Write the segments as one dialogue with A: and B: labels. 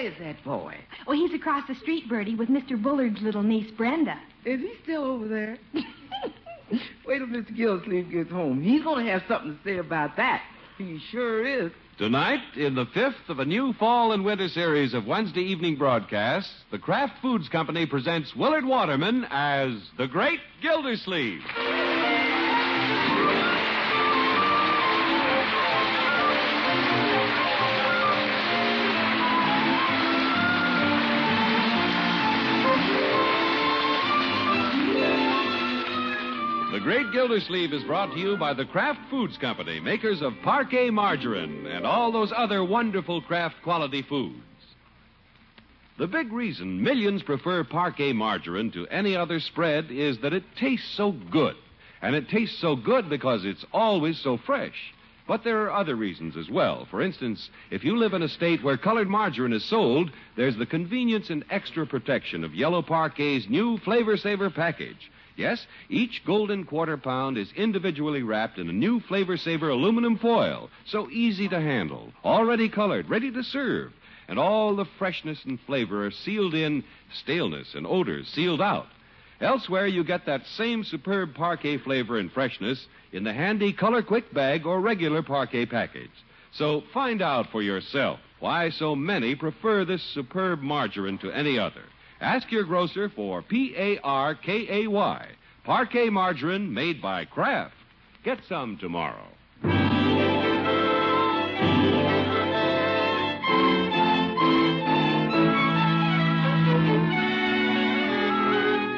A: is that boy?
B: Oh, he's across the street, Bertie, with Mr. Bullard's little niece, Brenda.
A: Is he still over there? Wait till Mr. Gillsleeve gets home. He's going to have something to say about that. He sure is.
C: Tonight, in the fifth of a new fall and winter series of Wednesday evening broadcasts, the Kraft Foods Company presents Willard Waterman as the Great Gildersleeve. The Great Gildersleeve is brought to you by the Kraft Foods Company, makers of parquet margarine and all those other wonderful Kraft quality foods. The big reason millions prefer parquet margarine to any other spread is that it tastes so good. And it tastes so good because it's always so fresh. But there are other reasons as well. For instance, if you live in a state where colored margarine is sold, there's the convenience and extra protection of Yellow Parquet's new Flavor Saver package. Yes, each golden quarter pound is individually wrapped in a new Flavor Saver aluminum foil, so easy to handle, already colored, ready to serve. And all the freshness and flavor are sealed in, staleness and odors sealed out. Elsewhere, you get that same superb parquet flavor and freshness in the handy Color Quick bag or regular parquet package. So find out for yourself why so many prefer this superb margarine to any other. Ask your grocer for P A R K A Y, parquet margarine made by Kraft. Get some tomorrow.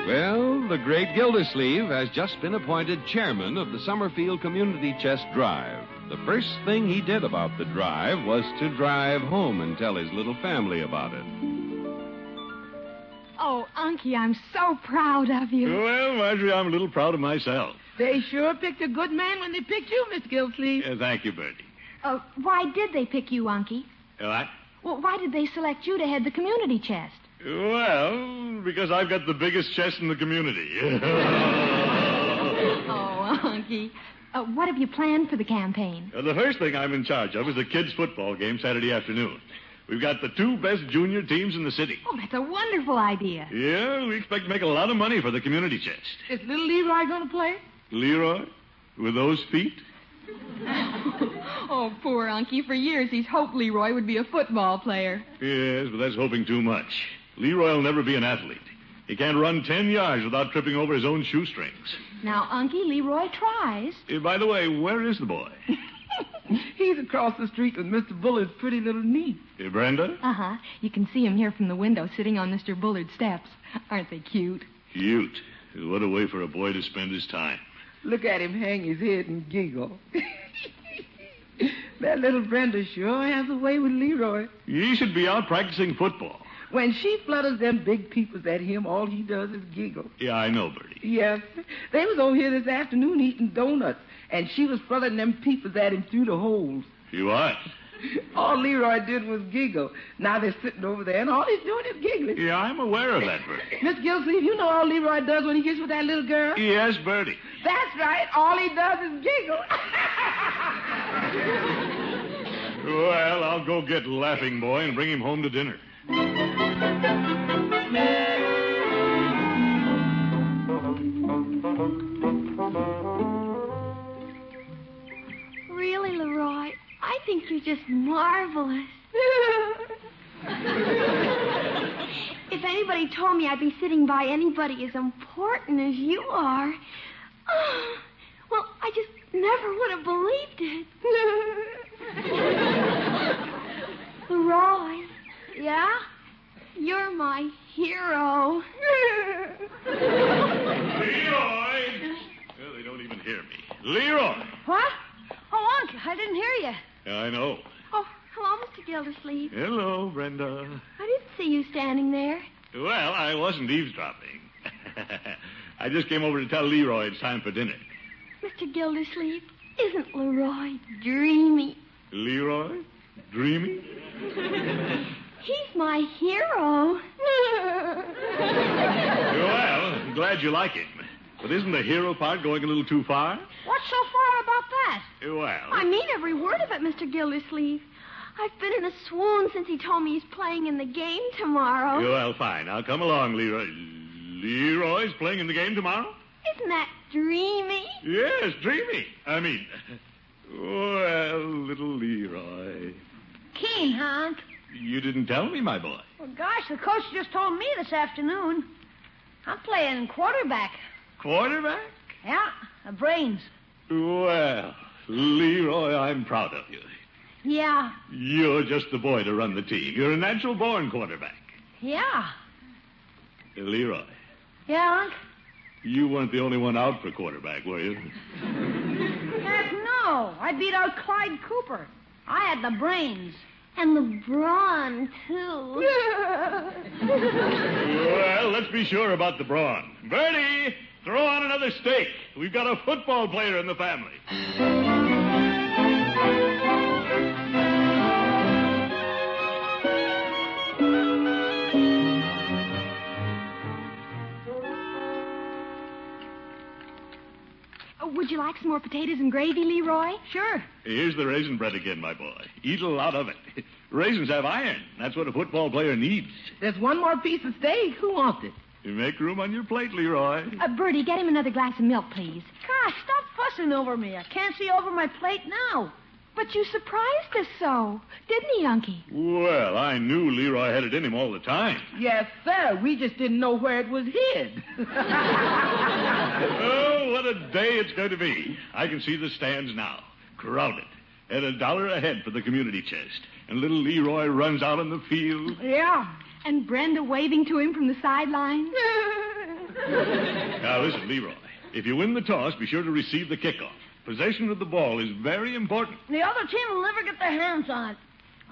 C: Well, the great Gildersleeve has just been appointed chairman of the Summerfield Community Chess Drive. The first thing he did about the drive was to drive home and tell his little family about it.
B: Oh, Unky, I'm so proud of you.
D: Well, Marjorie, I'm a little proud of myself.
A: They sure picked a good man when they picked you, Mr. Gillsleeve.
D: Uh, thank you, Bertie. Uh,
B: Uh, why did they pick you, Unky?
D: What?
B: Well, why did they select you to head the community chest?
D: Well, because I've got the biggest chest in the community. Uh,
B: Oh, Unky. Uh, what have you planned for the campaign?
D: Uh, the first thing I'm in charge of is the kids' football game Saturday afternoon. We've got the two best junior teams in the city.
B: Oh, that's a wonderful idea.
D: Yeah, we expect to make a lot of money for the community chest.
A: Is little Leroy going to play?
D: Leroy, with those feet?
E: Oh, poor Unky. For years, he's hoped Leroy would be a football player.
D: Yes, but that's hoping too much. Leroy will never be an athlete. He can't run ten yards without tripping over his own shoestrings.
B: Now, Unky, Leroy tries.
D: Uh, by the way, where is the boy?
A: He's across the street with Mr. Bullard's pretty little niece.
D: Uh, Brenda?
B: Uh huh. You can see him here from the window sitting on Mr. Bullard's steps. Aren't they cute?
D: Cute. What a way for a boy to spend his time.
A: Look at him hang his head and giggle. that little Brenda sure has a way with Leroy.
D: He should be out practicing football.
A: When she flutters them big peepers at him, all he does is giggle.
D: Yeah, I know, Bertie.
A: Yes, they was over here this afternoon eating donuts, and she was fluttering them peepers at him through the holes.
D: He was.
A: All Leroy did was giggle. Now they're sitting over there, and all he's doing is giggling.
D: Yeah, I'm aware of that, Bertie.
A: Miss Gilsleeve, you know all Leroy does when he gets with that little girl?
D: Yes, Bertie.
A: That's right. All he does is giggle.
D: Well, I'll go get Laughing Boy and bring him home to dinner.
F: Really, Leroy, I think you're just marvelous. if anybody told me I'd be sitting by anybody as important as you are, oh, well, I just never would have believed it. Leroy, yeah? You're my hero.
D: Leroy! Well, they don't even hear me. Leroy!
F: What? Oh, Unc, I didn't hear you.
D: I know.
F: Oh, hello, Mr. Gildersleeve.
D: Hello, Brenda.
F: I didn't see you standing there.
D: Well, I wasn't eavesdropping. I just came over to tell Leroy it's time for dinner.
F: Mr. Gildersleeve, isn't Leroy dreamy?
D: Leroy? Dreamy?
F: He's my hero.
D: Well, I'm glad you like him. But isn't the hero part going a little too far?
F: What's so far about that?
D: Well,
F: I mean every word of it, Mr. Gildersleeve. I've been in a swoon since he told me he's playing in the game tomorrow.
D: Well, fine. Now come along, Leroy. Leroy's playing in the game tomorrow?
F: Isn't that dreamy?
D: Yes, dreamy. I mean, well, little Leroy.
G: Keen, huh?
D: You didn't tell me, my boy.
G: Well, gosh, the coach just told me this afternoon. I'm playing quarterback.
D: Quarterback?
G: Yeah, the brains.
D: Well, Leroy, I'm proud of you.
G: Yeah,
D: You're just the boy to run the team. You're a natural born quarterback.
G: yeah.
D: Leroy,
G: Yeah, Unc?
D: you weren't the only one out for quarterback, were you?
G: Heck no. I beat out Clyde Cooper. I had the brains.
F: And LeBron, too.
D: Well, let's be sure about the brawn. Bertie, throw on another steak. We've got a football player in the family.
F: Oh, would you like some more potatoes and gravy, Leroy?
G: Sure.
D: Here's the raisin bread again, my boy. Eat a lot of it. Raisins have iron. That's what a football player needs.
A: There's one more piece of steak. Who wants it?
D: You make room on your plate, Leroy.
B: Uh, Bertie, get him another glass of milk, please.
G: Gosh, stop fussing over me. I can't see over my plate now.
F: But you surprised us so, didn't he, Unky?
D: Well, I knew Leroy had it in him all the time.
A: Yes, sir. We just didn't know where it was hid.
D: Oh, what a day it's going to be. I can see the stands now, crowded, at a dollar a head for the community chest. And little Leroy runs out on the field.
G: Yeah.
B: And Brenda waving to him from the sideline.
D: Now, listen, Leroy. If you win the toss, be sure to receive the kickoff. Possession of the ball is very important.
G: The other team will never get their hands on it.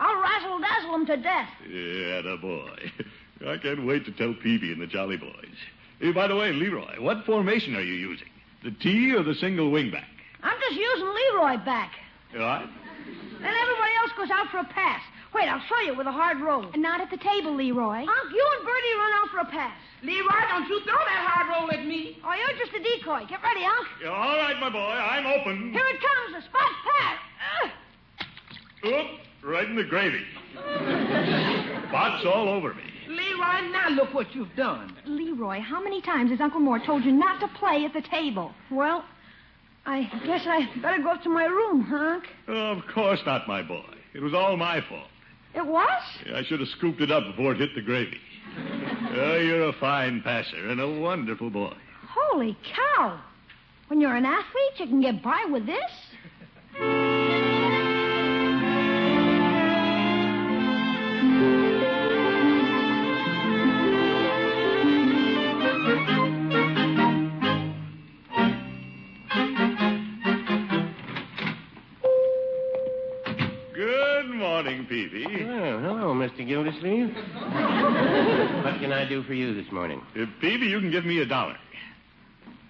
G: I'll razzle dazzle them to death.
D: Yeah, the boy. I can't wait to tell Peavy and the Jolly Boys. Hey, by the way, Leroy, what formation are you using? The T or the single wingback?
G: I'm just using Leroy back.
D: What?
G: Then everybody else goes out for a pass. Wait, I'll show you with a hard roll. Unc,
F: Not at the table, Leroy.
G: you and Bertie run out for a pass.
A: Leroy, don't you throw that hard roll at me.
G: Oh, you're just a decoy. Get ready, Unc.
D: All right, my boy, I'm open.
G: Here it comes, the spot pass. Ugh.
D: Oop, right in the gravy. Spots all over me.
A: Leroy, now look what you've done.
B: Leroy, how many times has Uncle Moore told you not to play at the table?
G: Well, I guess I better go up to my room, Honk.
D: Oh, Of course not, my boy. It was all my fault.
G: It was?
D: I should have scooped it up before it hit the gravy. Oh, you're a fine passer and a wonderful boy.
G: Holy cow. When you're an athlete, you can get by with this.
D: Good morning, Peavy.
H: Well, hello, Mr. Gildersleeve. what can I do for you this morning?
D: If Peavy, Uh, you can give me a dollar.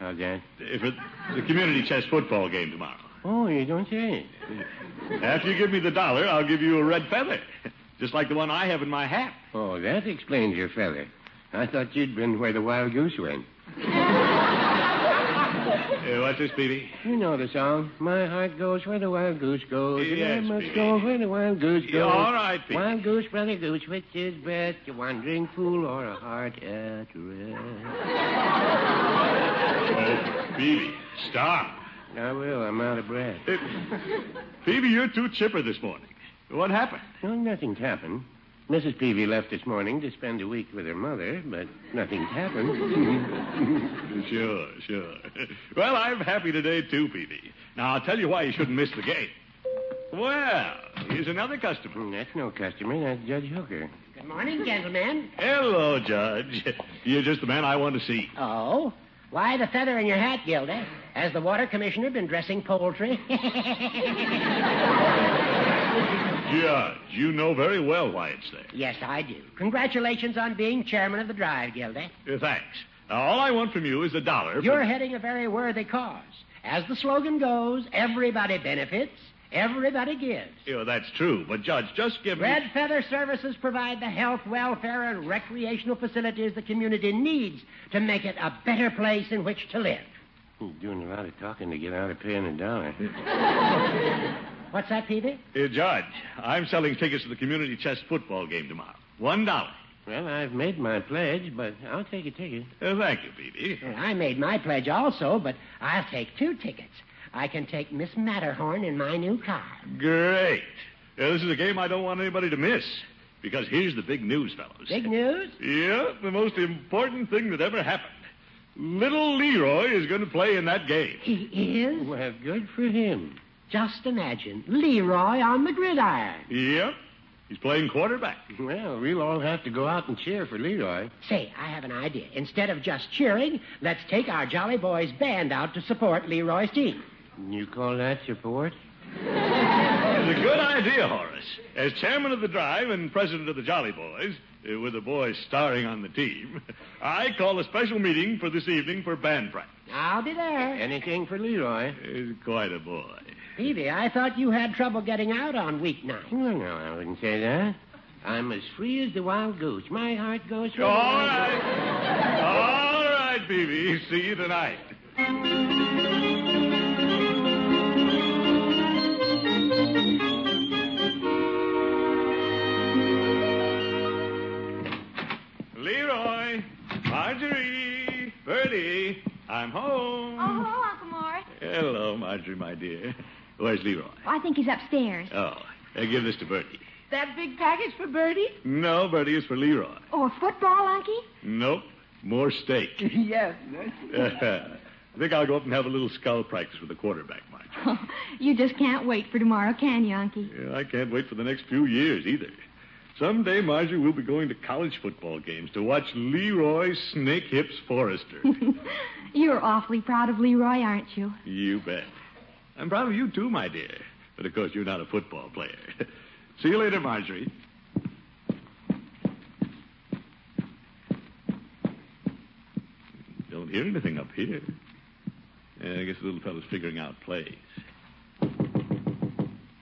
H: How's that?
D: If it's the community chess football game tomorrow.
H: Oh, you don't say.
D: After you give me the dollar, I'll give you a red feather. Just like the one I have in my hat.
H: Oh, that explains your feather. I thought you'd been where the wild goose went.
D: Uh, what's this, Peavy?
H: You know the song. My heart goes where the wild goose goes. and I
D: Yes,
H: must
D: Peavy.
H: go where the wild goose goes.
D: Yeah, all right, Peavy.
H: Wild goose, brother goose, which is best? A wandering fool or a heart at rest?
D: Oh, Peavy, stop.
H: I will. I'm out of breath.
D: Uh, Peavy, you're too chipper this morning. What happened?
H: No, nothing's happened. Mrs. Peavy left this morning to spend a week with her mother, but nothing's happened.
D: Sure, sure. Well, I'm happy today, too, Peavy. Now, I'll tell you why you shouldn't miss the game. Well, here's another customer.
H: Mm, That's no customer. That's Judge Hooker.
I: Good morning, gentlemen.
D: Hello, Judge. You're just the man I want to see.
I: Oh, why the feather in your hat, Gilda? Has the water commissioner been dressing poultry?
D: Judge, you know very well why it's there.
I: yes, I do. Congratulations on being chairman of the drive, Gilda.
D: Uh, Thanks. Now, all I want from you is a dollar. for-
I: You're heading a very worthy cause. As the slogan goes, everybody benefits, everybody gives.
D: Yeah, that's true, but Judge, just give me.
I: Red Feather Services provide the health, welfare, and recreational facilities the community needs to make it a better place in which to live.
H: You're doing a lot of talking to get out of paying a dollar.
I: What's that, Peavy?
D: Uh, Judge, I'm selling tickets to the community chess football game tomorrow. One dollar.
H: Well, I've made my pledge, but I'll take a ticket.
D: Uh, thank you, Petey.
I: Well, I made my pledge also, but I'll take two tickets. I can take Miss Matterhorn in my new car.
D: Great. Uh, this is a game I don't want anybody to miss. Because here's the big news, fellows.
I: Big news?
D: Yeah, the most important thing that ever happened. Little Leroy is going to play in that game.
I: He is?
H: Well, good for him.
I: Just imagine. Leroy on the gridiron.
D: Yep. He's playing quarterback.
H: Well, we'll all have to go out and cheer for Leroy.
I: Say, I have an idea. Instead of just cheering, let's take our Jolly Boys band out to support Leroy's team.
H: You call that support?
D: It's a good idea, Horace. As chairman of the drive and president of the Jolly Boys, uh, with the boys starring on the team, I call a special meeting for this evening for band practice.
I: I'll be there.
H: Anything for Leroy.
D: He's quite a boy.
I: Peavy, I thought you had trouble getting out on week night.
H: Well, no, I wouldn't say that. I'm as free as the wild goose. My heart goes. where the
D: All
H: wild goose-
D: right. All right, Peavy. See you tonight. Leroy, Marjorie, Bertie, I'm home.
F: Oh, hello, Uncle Morris.
D: Hello, Marjorie, my dear. Where's
B: Oh,
D: Leroy?
F: I think he's upstairs.
D: Oh, uh, give this to Bertie.
G: That big package for Bertie?
D: No, Bertie, it's for Leroy.
B: Oh,
F: Or football, Unky?
D: Nope, more steak.
A: yes, that's
D: I think I'll go up and have a little skull practice with the quarterback, Marjorie.
B: Oh, you just can't wait for tomorrow, can you, Unky?
D: Yeah, I can't wait for the next few years either. Someday, Marjorie, we'll be going to college football games to watch Leroy Snake Hips Forrester.
B: You're awfully proud of Leroy, aren't you?
D: you bet. I'm proud of you, too, my dear. But of course, you're not a football player. See you later, Marjorie. Don't hear anything up here. Yeah, I guess the little fellow's figuring out plays.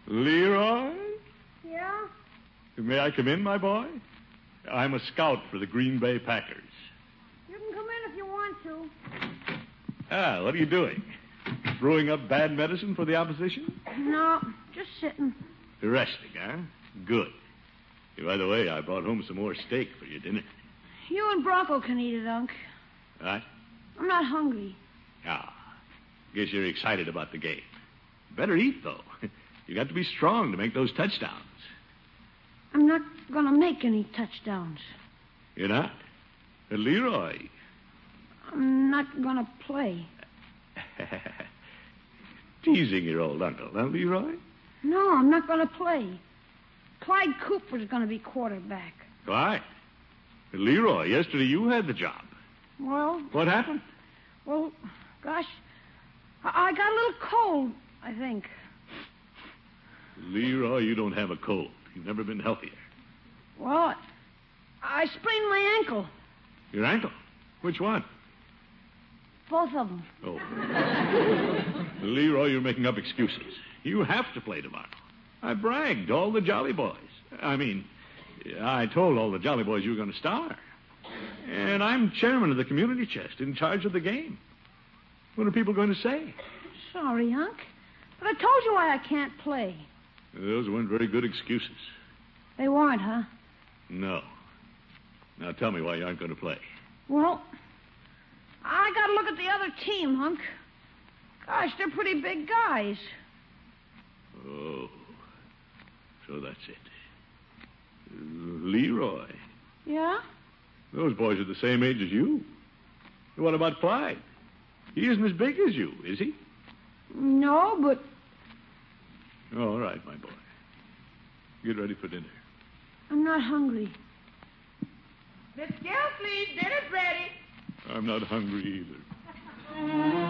D: Leroy?
F: Yeah?
D: May I come in, my boy? I'm a scout for the Green Bay Packers.
F: You can come in if you want to.
D: Ah, what are you doing? Brewing up bad medicine for the opposition?
F: No, just sitting.
D: Resting, huh? Good. Hey, By the way, I brought home some more steak for your dinner.
F: You and Bronco can eat it, Unc.
D: Huh?
F: I'm not hungry.
D: Ah, guess you're excited about the game. Better eat, though. You got to be strong to make those touchdowns.
F: I'm not going to make any touchdowns.
D: You're not? But Leroy.
F: I'm not going to play.
D: Teasing your old uncle, huh, Leroy?
F: No, I'm not going to play. Clyde Cooper's going to be quarterback.
D: Why? Leroy, yesterday you had the job.
F: Well,
D: What happened?
F: well, gosh, I, I got a little cold, I think.
D: Leroy, you don't have a cold. You've never been healthier.
F: Well, I sprained my ankle,
D: Your ankle? Which one?
F: both of them.
D: Oh. Leroy, you're making up excuses. You have to play tomorrow. I bragged to all the Jolly Boys. I mean, I told all the Jolly Boys you were going to star. And I'm chairman of the community chest, in charge of the game. What are people going to say?
F: Sorry, Unc, but I told you why I can't play.
D: Those weren't very good excuses.
F: They weren't, huh?
D: No. Now tell me why you aren't going to play.
F: Well, I got to look at the other team, Hunk. Gosh, they're pretty big guys.
D: Oh, so that's it. Leroy,
F: Yeah?
D: those boys are the same age as you. And What about Clyde? He isn't as big as you, is he?
F: No, but
D: Oh, All right, my boy. Get ready for dinner.
F: I'm not hungry.
G: Miss Gilfleet, dinner's ready.
D: I'm not hungry either.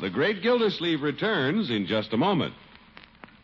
C: The Great Gildersleeve returns in just a moment.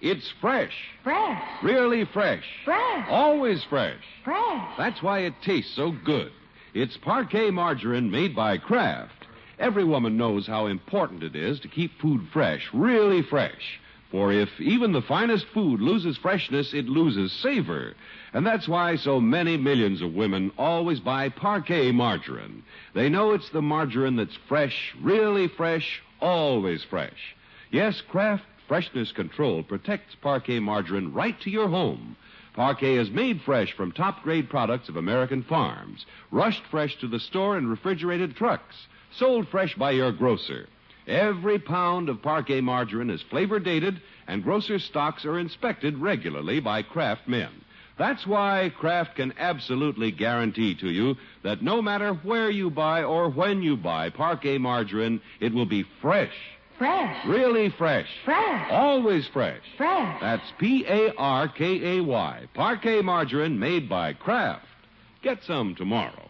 C: It's fresh,
B: Fresh,
C: really fresh,
B: fresh,
C: always fresh.
B: fresh.
C: That's why it tastes so good. It's parquet margarine made by Kraft. Every woman knows how important it is to keep food fresh, really fresh. For if even the finest food loses freshness, it loses savor. And that's why so many millions of women always buy parquet margarine. They know it's the margarine that's fresh, really fresh, always fresh. Yes, Kraft Freshness Control protects parquet margarine right to your home. Parquet is made fresh from top grade products of American farms, rushed fresh to the store in refrigerated trucks, sold fresh by your grocer. Every pound of parquet margarine is flavor dated, and grocer stocks are inspected regularly by Kraft men. That's why Kraft can absolutely guarantee to you that no matter where you buy or when you buy parquet margarine, it will be fresh,
B: Fresh.
C: really fresh,
B: Fresh.
C: always fresh.
B: Fresh.
C: That's P A R K A Y, parquet margarine made by Kraft. Get some tomorrow.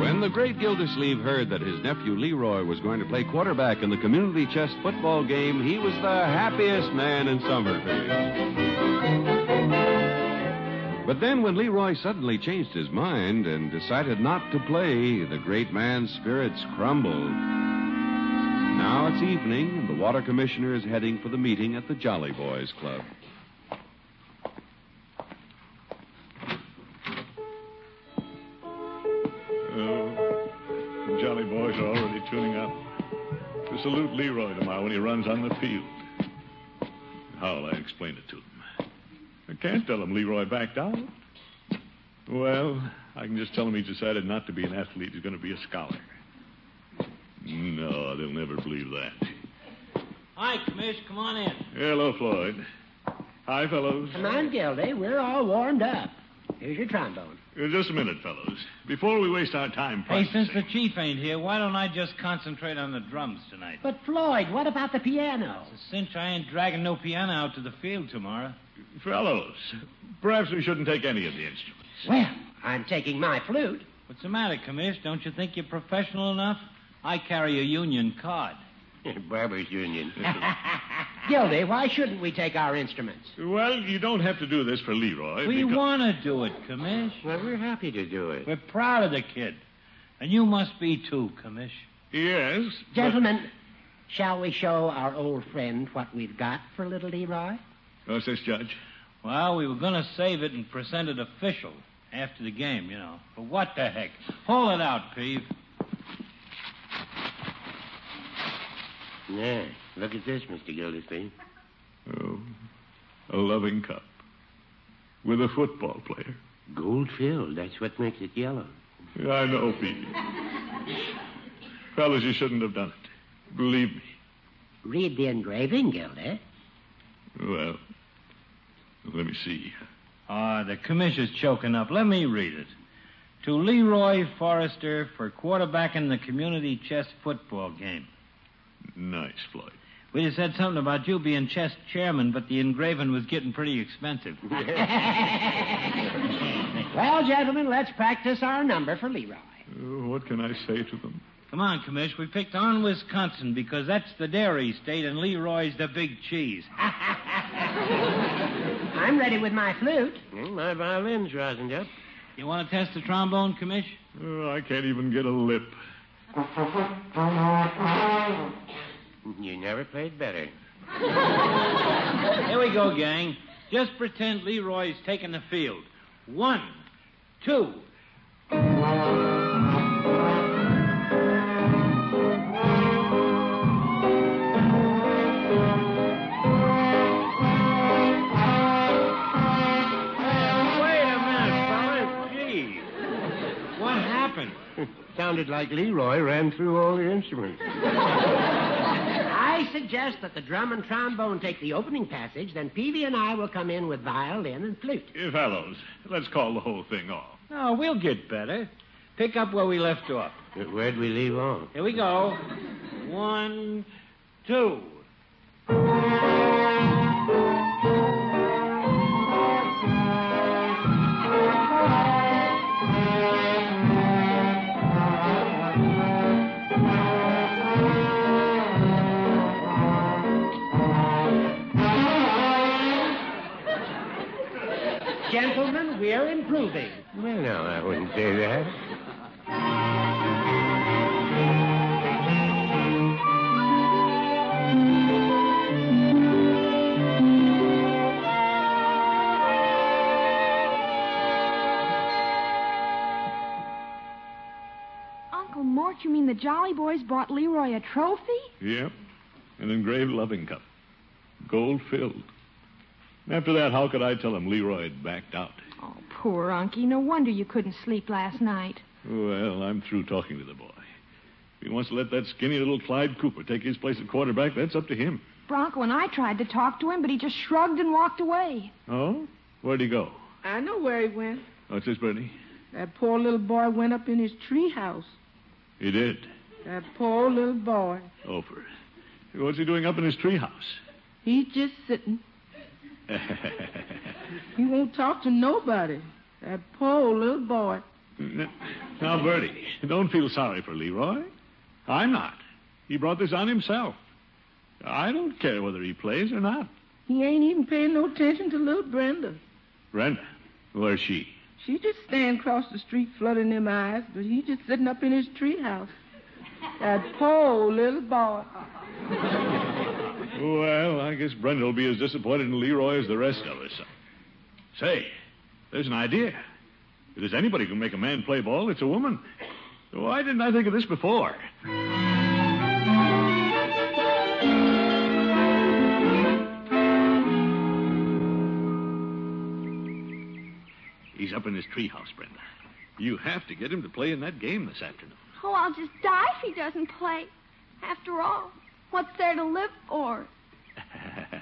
C: When the great Gildersleeve heard that his nephew Leroy was going to play quarterback in the community chess football game, he was the happiest man in Summerfield. But then, when Leroy suddenly changed his mind and decided not to play, the great man's spirits crumbled. Now it's evening, and the water commissioner is heading for the meeting at the Jolly Boys Club.
D: Oh, the Jolly Boys are already tuning up to salute Leroy tomorrow when he runs on the field. How'll I explain it to them? I can't tell them Leroy backed out. Well, I can just tell them he's decided not to be an athlete. He's going to be a scholar. No, they'll never believe that.
J: Hi, Commish. Come on in.
D: Hello, Floyd. Hi, fellows.
I: Come on, Gildy. We're all warmed up. Here's your trombone.
D: Uh, Just a minute, fellows. Before we waste our time,
J: Hey, since
D: practicing-
J: the chief ain't here, why don't I just concentrate on the drums tonight?
I: But, Floyd, what about the piano?
J: It's a cinch I ain't dragging no piano out to the field tomorrow.
D: fellows, perhaps we shouldn't take any of the instruments.
I: Well, I'm taking my flute.
J: What's the matter, Commish? Don't you think you're professional enough? I carry a union card.
H: Barbers Union.
I: Gildy, why shouldn't we take our instruments?
D: Well, you don't have to do this for Leroy.
J: we
D: because-
J: want to do it, Commish.
H: well, we're happy to do it.
J: We're proud of the kid. And you must be too, Commish.
D: Yes. but-
I: Gentlemen, shall we show our old friend what we've got for little Leroy?
D: What's this, Oh, Judge?
J: Well, we were going to save it and present it official after the game, you know. But what the heck? Haul it out, Peeve.
H: Yeah. Look at this, Mr. Gildersleeve.
D: Oh, a loving cup with a football player.
H: Gold filled. That's what makes it yellow.
D: I know, Pete. fellows, you shouldn't have done it. Believe me.
I: Read the engraving, Gildy.
D: Well, let me see.
J: Ah, the commissioner's choking up. Let me read it. To Leroy Forrester for quarterbacking the community chess football game.
D: Nice, Floyd.
J: We'd have said something about you being chess chairman, but the engraving was getting pretty expensive.
I: Well, gentlemen, let's practice our number for Leroy.
D: Oh, what can I say to them?
J: Come on, Commish. We picked on Wisconsin because that's the dairy state and Leroy's the big cheese.
I: I'm ready with my flute.
H: Well, Hmm, my violin's rosined up.
J: You want to test the trombone, Commish?
D: Oh, I can't even get a lip.
H: You never played better.
J: Here we go, gang. Just pretend Leroy's taking the field. One, two. Hey, wait a minute, fellas. Gee, what happened?
H: Sounded like Leroy ran through all the instruments.
I: I suggest that the drum and trombone take the opening passage, then Peavy and I will come in with violin and flute.
D: Eh, Fellows, let's call the whole thing off.
J: No, we'll get better. Pick up where we left off.
H: Where'd we leave off?
J: Here we go. One, two.
I: thing.
H: Well, no, I wouldn't say that.
F: Uncle Mort, you mean the Jolly Boys brought Leroy a trophy?
D: Yep. An engraved loving cup. Gold filled. After that, how could I tell him Leroy had backed out?
B: Poor Unky. No wonder you couldn't sleep last night.
D: Well, I'm through talking to the boy. If he wants to let that skinny little Clyde Cooper take his place at quarterback, that's up to him.
B: Bronco and I tried to talk to him, but he just shrugged and walked away.
D: Oh? Where'd he go?
A: I know where he went.
D: What's this, Bertie?
A: That poor little boy went up in his treehouse.
D: He did.
A: That poor little boy.
D: Over. What's he doing up in his treehouse?
A: He's just sitting. He won't talk to nobody. That poor little boy.
D: now, Bertie, don't feel sorry for Leroy. I'm not. He brought this on himself. I don't care whether he plays or not.
A: He ain't even paying no attention to little Brenda.
D: Brenda, where's she?
A: She just stand across the street flooding them eyes, but he just sitting up in his treehouse. That poor little boy.
D: Well, I guess Brenda will be as disappointed in Leroy as the rest of us. Say, there's an idea. If there's anybody who can make a man play ball, it's a woman. Why didn't I think of this before? He's up in his treehouse, Brenda. You have to get him to play in that game this afternoon.
F: Oh, I'll just die if he doesn't play. After all, what's there to live for?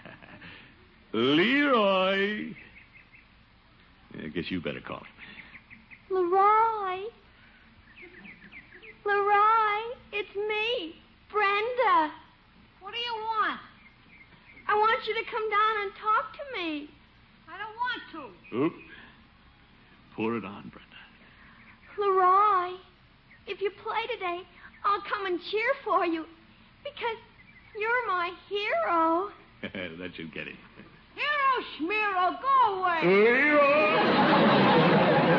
D: Leroy. I guess you better call him.
F: Leroy. Leroy, it's me, Brenda. What do you want? I want you to come down and talk to me. I don't want to.
D: Oop. Pour it on, Brenda.
F: Leroy, if you play today, I'll come and cheer for you because you're my hero.
D: that should get him.
G: Hero Schmiro, go away.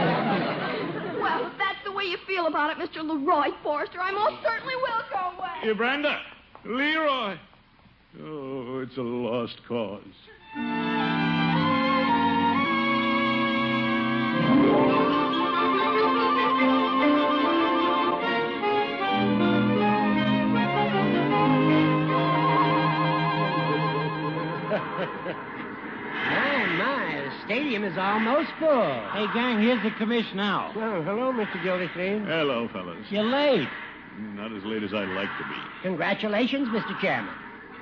F: Well, if that's the way you feel about it, Mr. Leroy Forrester, I most certainly will go away.
D: Here, Brenda. Leroy. Oh, it's a lost cause.
I: Oh, my. The stadium is almost full.
J: Hey, gang, here's the commish now.
I: Well, hello, Mr. Gildersleeve.
D: Hello, fellas.
I: You're late.
D: Not as late as I'd like to be.
I: Congratulations, Mr. Chairman.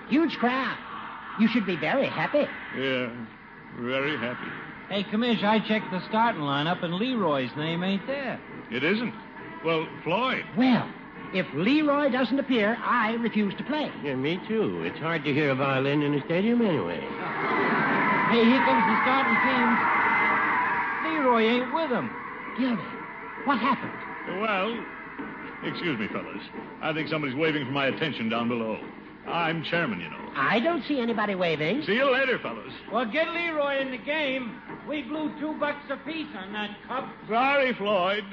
I: Huge crowd. You should be very happy.
D: Yeah, very happy.
J: Hey, commish, I checked the starting lineup, and Leroy's name ain't there.
D: It isn't. Well, Floyd.
I: Well, if Leroy doesn't appear, I refuse to play.
H: Yeah, me too. It's hard to hear a violin in a stadium anyway.
J: Hey, here comes the starting team. Leroy ain't with him.
I: Gildy, what happened?
D: Well, excuse me, fellas. I think somebody's waving for my attention down below. I'm chairman, you know.
I: I don't see anybody waving.
D: See you later, fellas.
J: Well, get Leroy in the game. We blew two bucks apiece on that cup.
D: Sorry, Floyd.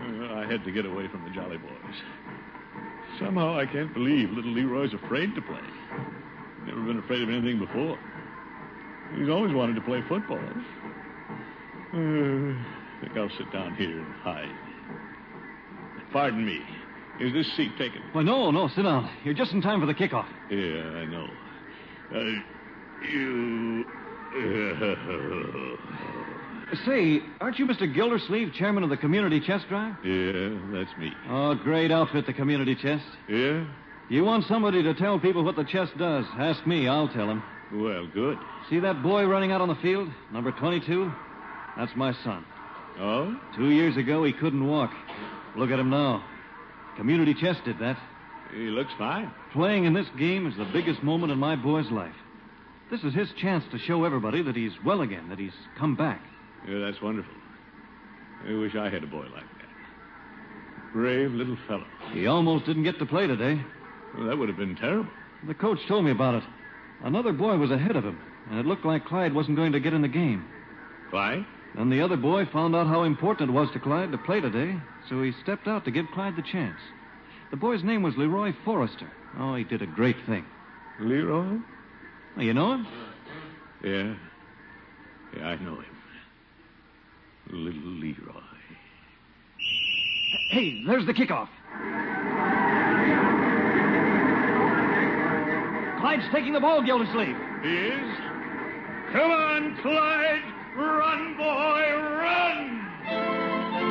D: Uh, I had to get away from the Jolly Boys. Somehow I can't believe little Leroy's afraid to play. Never been afraid of anything before. He's always wanted to play football. Uh, I think I'll sit down here and hide. Pardon me. Is this seat taken?
K: Well, no, no, sit down. You're just in time for the kickoff.
D: Yeah, I know. Uh, you.
K: Say, aren't you Mr. Gildersleeve, chairman of the community chess drive?
D: yeah, that's me.
K: Oh, great outfit, the community chess.
D: Yeah?
K: You want somebody to tell people what the chess does? Ask me, I'll tell him.
D: Well, good.
K: See that boy running out on the field, number 22? That's my son.
D: Oh?
K: Two years ago, he couldn't walk. Look at him now. Community chess did that.
D: He looks fine.
K: Playing in this game is the biggest moment in my boy's life. This is his chance to show everybody that he's well again, that he's come back.
D: Yeah, that's wonderful. I wish I had a boy like that. Brave little fellow.
K: He almost didn't get to play today.
D: Well, that would have been terrible.
K: The coach told me about it. Another boy was ahead of him, and it looked like Clyde wasn't going to get in the game.
D: Why?
K: And the other boy found out how important it was to Clyde to play today, so he stepped out to give Clyde the chance. The boy's name was Leroy Forrester. Oh, he did a great thing.
D: Leroy?
K: Oh, You
H: Hmm.
K: know him?
D: Yeah. Yeah, I know him. Little Leroy.
K: Hey, there's the kickoff. Clyde's taking the ball, Gildersleeve.
D: He is? Come on, Clyde. Run, boy, run.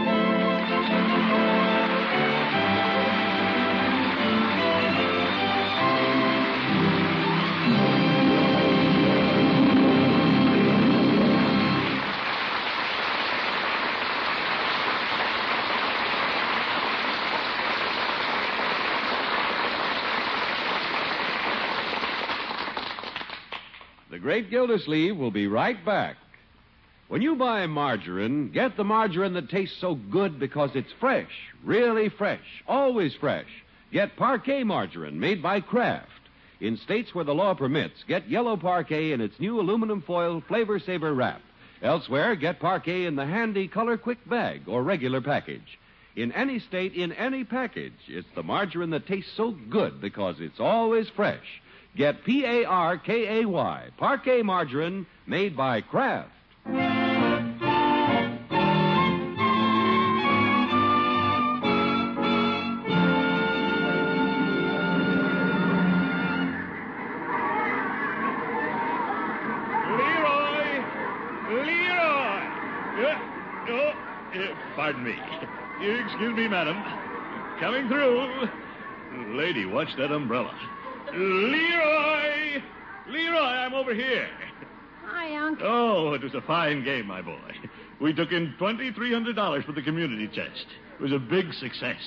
C: The Great Gildersleeve will be right back. When you buy margarine, get the margarine that tastes so good because it's fresh, really fresh, always fresh. Get parquet margarine made by Kraft. In states where the law permits, get yellow parquet in its new aluminum foil flavor saver wrap. Elsewhere, get parquet in the handy color quick bag or regular package. In any state, in any package, it's the margarine that tastes so good because it's always fresh. Get P A R K A Y, parquet margarine made by Kraft.
D: Leroy! Leroy! Uh, oh, uh, pardon me. You Excuse me, madam. Coming through. Lady, watch that umbrella. Leroy! Leroy, I'm over here.
G: Hi, Unc.
D: Oh, it was a fine game, my boy. We took in $2,300 for the community chest. It was a big success.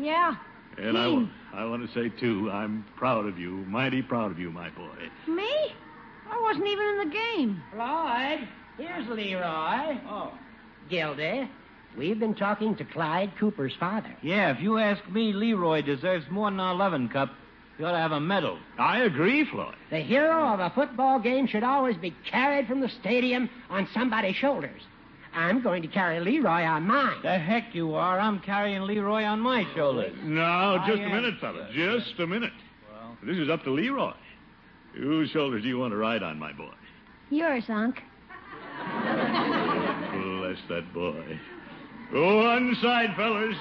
G: Yeah.
D: And I, wa- I want to say, too, I'm proud of you, mighty proud of you, my boy.
G: Me? I wasn't even in the game.
I: Clyde, here's Leroy. Oh. Gildy, we've been talking to Clyde Cooper's father.
J: Yeah, if you ask me, Leroy deserves more than an 11 cup. He ought to have a medal.
D: I agree, Floyd.
I: The hero of a football game should always be carried from the stadium on somebody's shoulders. I'm going to carry Leroy on mine.
J: The heck you are. I'm carrying Leroy on my shoulders.
D: Now,
J: I uh,
D: just a
J: am-
D: minute, fella. Just a minute. This is up to Leroy. Whose shoulders do you want to ride on, my boy?
F: Yours, Unc.
D: Bless that boy. One side, fellas.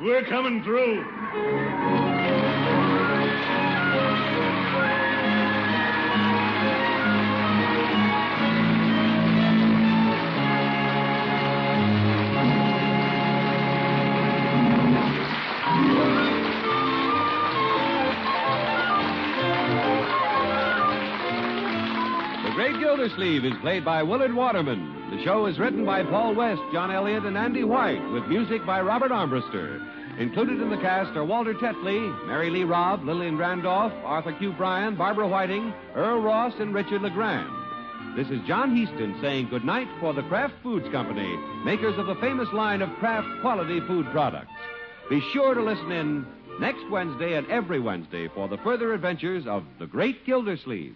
D: We're coming through.
C: The Great Gildersleeve is played by Willard Waterman. The show is written by Paul West, John Elliott, and Andy White, with music by Robert Armbruster. Included in the cast are Walter Tetley, Mary Lee Robb, Lillian Randolph, Arthur Q. Bryan, Barbara Whiting, Earl Ross, and Richard LeGrand. This is John Heaston saying goodnight for the Kraft Foods Company, makers of the famous line of Kraft quality food products. Be sure to listen in next Wednesday and every Wednesday for the further adventures of the Great Gildersleeve.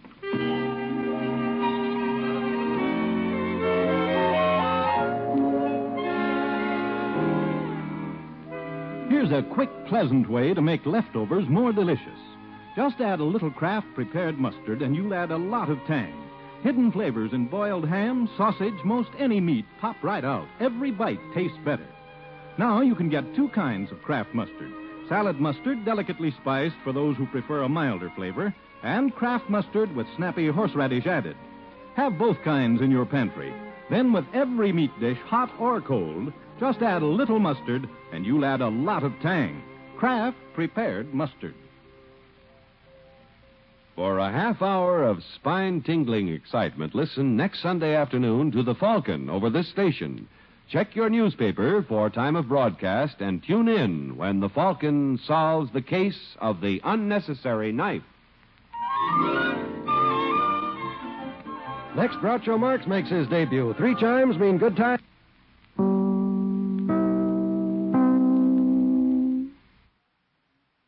L: Here's a quick, pleasant way to make leftovers more delicious. Just add a little Kraft prepared mustard and you'll add a lot of tang. Hidden flavors in boiled ham, sausage, most any meat pop right out. Every bite tastes better. Now you can get two kinds of Kraft mustard salad mustard, delicately spiced for those who prefer a milder flavor, and Kraft mustard with snappy horseradish added. Have both kinds in your pantry. Then, with every meat dish, hot or cold, just add a little mustard and you'll add a lot of tang. Kraft prepared mustard.
C: For a half hour of spine tingling excitement, listen next Sunday afternoon to The Falcon over this station. Check your newspaper for time of broadcast and tune in when The Falcon solves the case of the unnecessary knife.
M: Next, Groucho Marx makes his debut. Three chimes mean good time.